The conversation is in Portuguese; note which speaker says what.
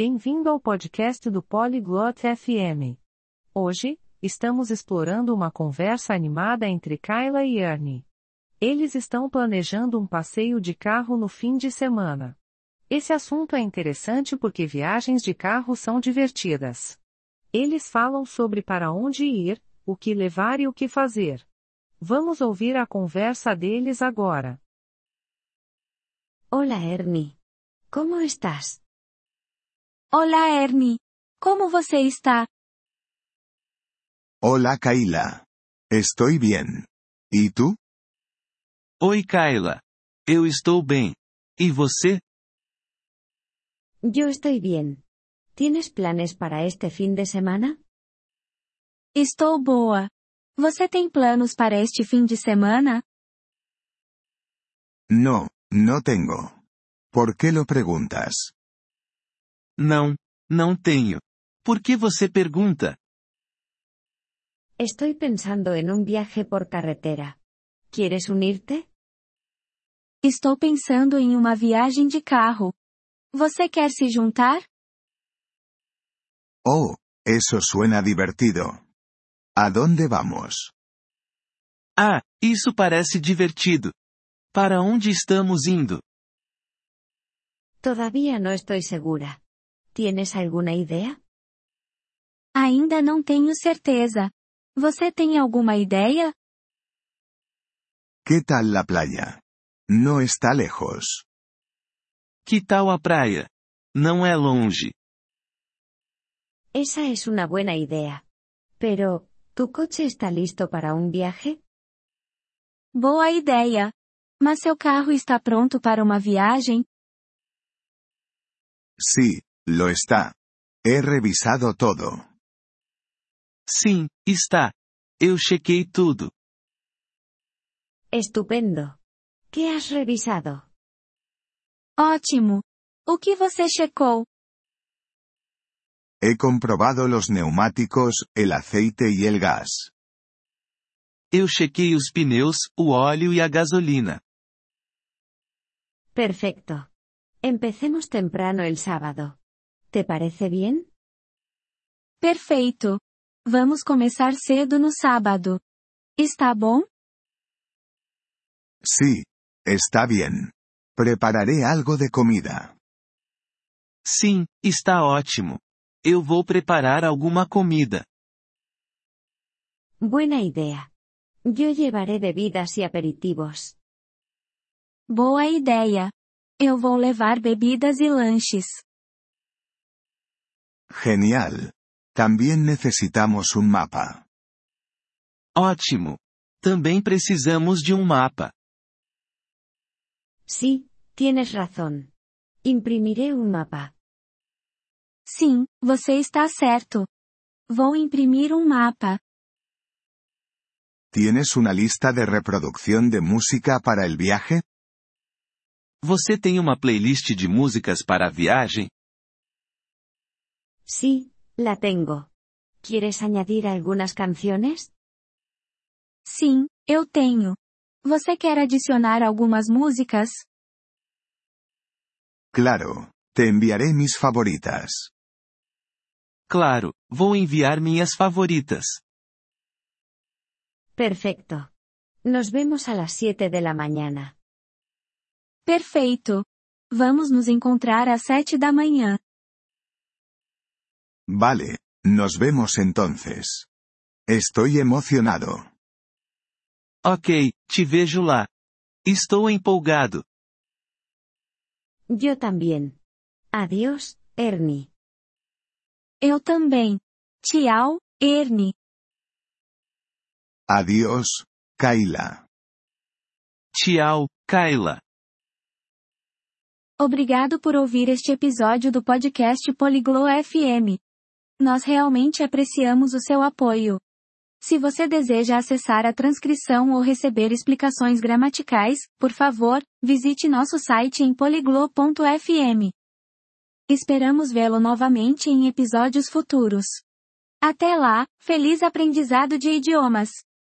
Speaker 1: Bem-vindo ao podcast do Polyglot FM. Hoje, estamos explorando uma conversa animada entre Kyla e Ernie. Eles estão planejando um passeio de carro no fim de semana. Esse assunto é interessante porque viagens de carro são divertidas. Eles falam sobre para onde ir, o que levar e o que fazer. Vamos ouvir a conversa deles agora.
Speaker 2: Hola Ernie. ¿Cómo estás?
Speaker 3: Olá, Ernie. Como você está?
Speaker 4: Hola Kayla. Estoy bien. ¿Y tú?
Speaker 5: Oi, Kayla. Eu estou bem. E você?
Speaker 2: Yo estoy bien. ¿Tienes planes para este fin de semana?
Speaker 3: Estou boa. Você tem planos para este fim de semana?
Speaker 4: No, no tengo. ¿Por qué lo preguntas?
Speaker 5: Não, não tenho. Por que você pergunta?
Speaker 2: Estoy pensando en un viaje por carretera. ¿Quieres unirte?
Speaker 3: Estou pensando em uma viagem de carro. Você quer se juntar?
Speaker 4: Oh, eso suena divertido. ¿A dónde vamos?
Speaker 5: Ah, isso parece divertido. Para onde estamos indo?
Speaker 2: Todavía no estoy segura. ¿Tienes alguna idea?
Speaker 3: Ainda não tenho certeza. Você tem alguma ideia?
Speaker 4: ¿Qué tal la playa? No está lejos.
Speaker 5: Que tal a praia? Não é longe.
Speaker 2: Esa es una buena idea. Pero, ¿tu coche está listo para un viaje?
Speaker 3: Boa ideia. Mas seu carro está pronto para uma viagem?
Speaker 4: Sí, lo está. He revisado todo.
Speaker 5: Sim, está. Eu chequei tudo.
Speaker 2: Estupendo. ¿Qué has revisado?
Speaker 3: Ótimo. O que você checou?
Speaker 4: He comprobado los neumáticos, el aceite y el gas.
Speaker 5: Eu chequei os pneus, o óleo e a gasolina.
Speaker 2: Perfecto. Empecemos temprano el sábado. ¿Te parece bien?
Speaker 3: Perfeito. Vamos começar cedo no sábado. Está bom?
Speaker 4: Sí, está bien. Prepararé algo de comida.
Speaker 5: Sim, está ótimo. Eu vou preparar alguma comida.
Speaker 2: Buena idea. Yo llevaré bebidas y aperitivos.
Speaker 3: Boa ideia. Eu vou levar bebidas e lanches.
Speaker 4: Genial. También necesitamos un mapa.
Speaker 5: Ótimo. Também precisamos de um mapa.
Speaker 2: Sí, tienes razón. Imprimiré un mapa.
Speaker 3: Sim, você está certo. Vou imprimir um mapa.
Speaker 4: ¿Tienes una lista de reproducción de música para el viaje?
Speaker 5: Você tem uma playlist de músicas para a viagem?
Speaker 2: Sí, la tengo. ¿Quieres añadir algunas canciones?
Speaker 3: Sim, eu tenho. Você quer adicionar algumas músicas?
Speaker 4: Claro, te enviaré mis favoritas.
Speaker 5: Claro, vou enviar minhas favoritas.
Speaker 2: Perfecto. Nos vemos a las 7 de la mañana.
Speaker 3: Perfeito. Vamos nos encontrar às sete da manhã.
Speaker 4: Vale, nos vemos entonces. Estoy emocionado.
Speaker 5: Ok, te vejo lá. Estou empolgado.
Speaker 2: Yo también. Adiós, Ernie.
Speaker 3: Eu também. Tchau, Ernie.
Speaker 4: Adiós, Kayla.
Speaker 5: Tchau, Kyla.
Speaker 3: Obrigado por ouvir este episódio do podcast Poliglo FM. Nós realmente apreciamos o seu apoio. Se você deseja acessar a transcrição ou receber explicações gramaticais, por favor, visite nosso site em poliglo.fm. Esperamos vê-lo novamente em episódios futuros. Até lá, feliz aprendizado de idiomas!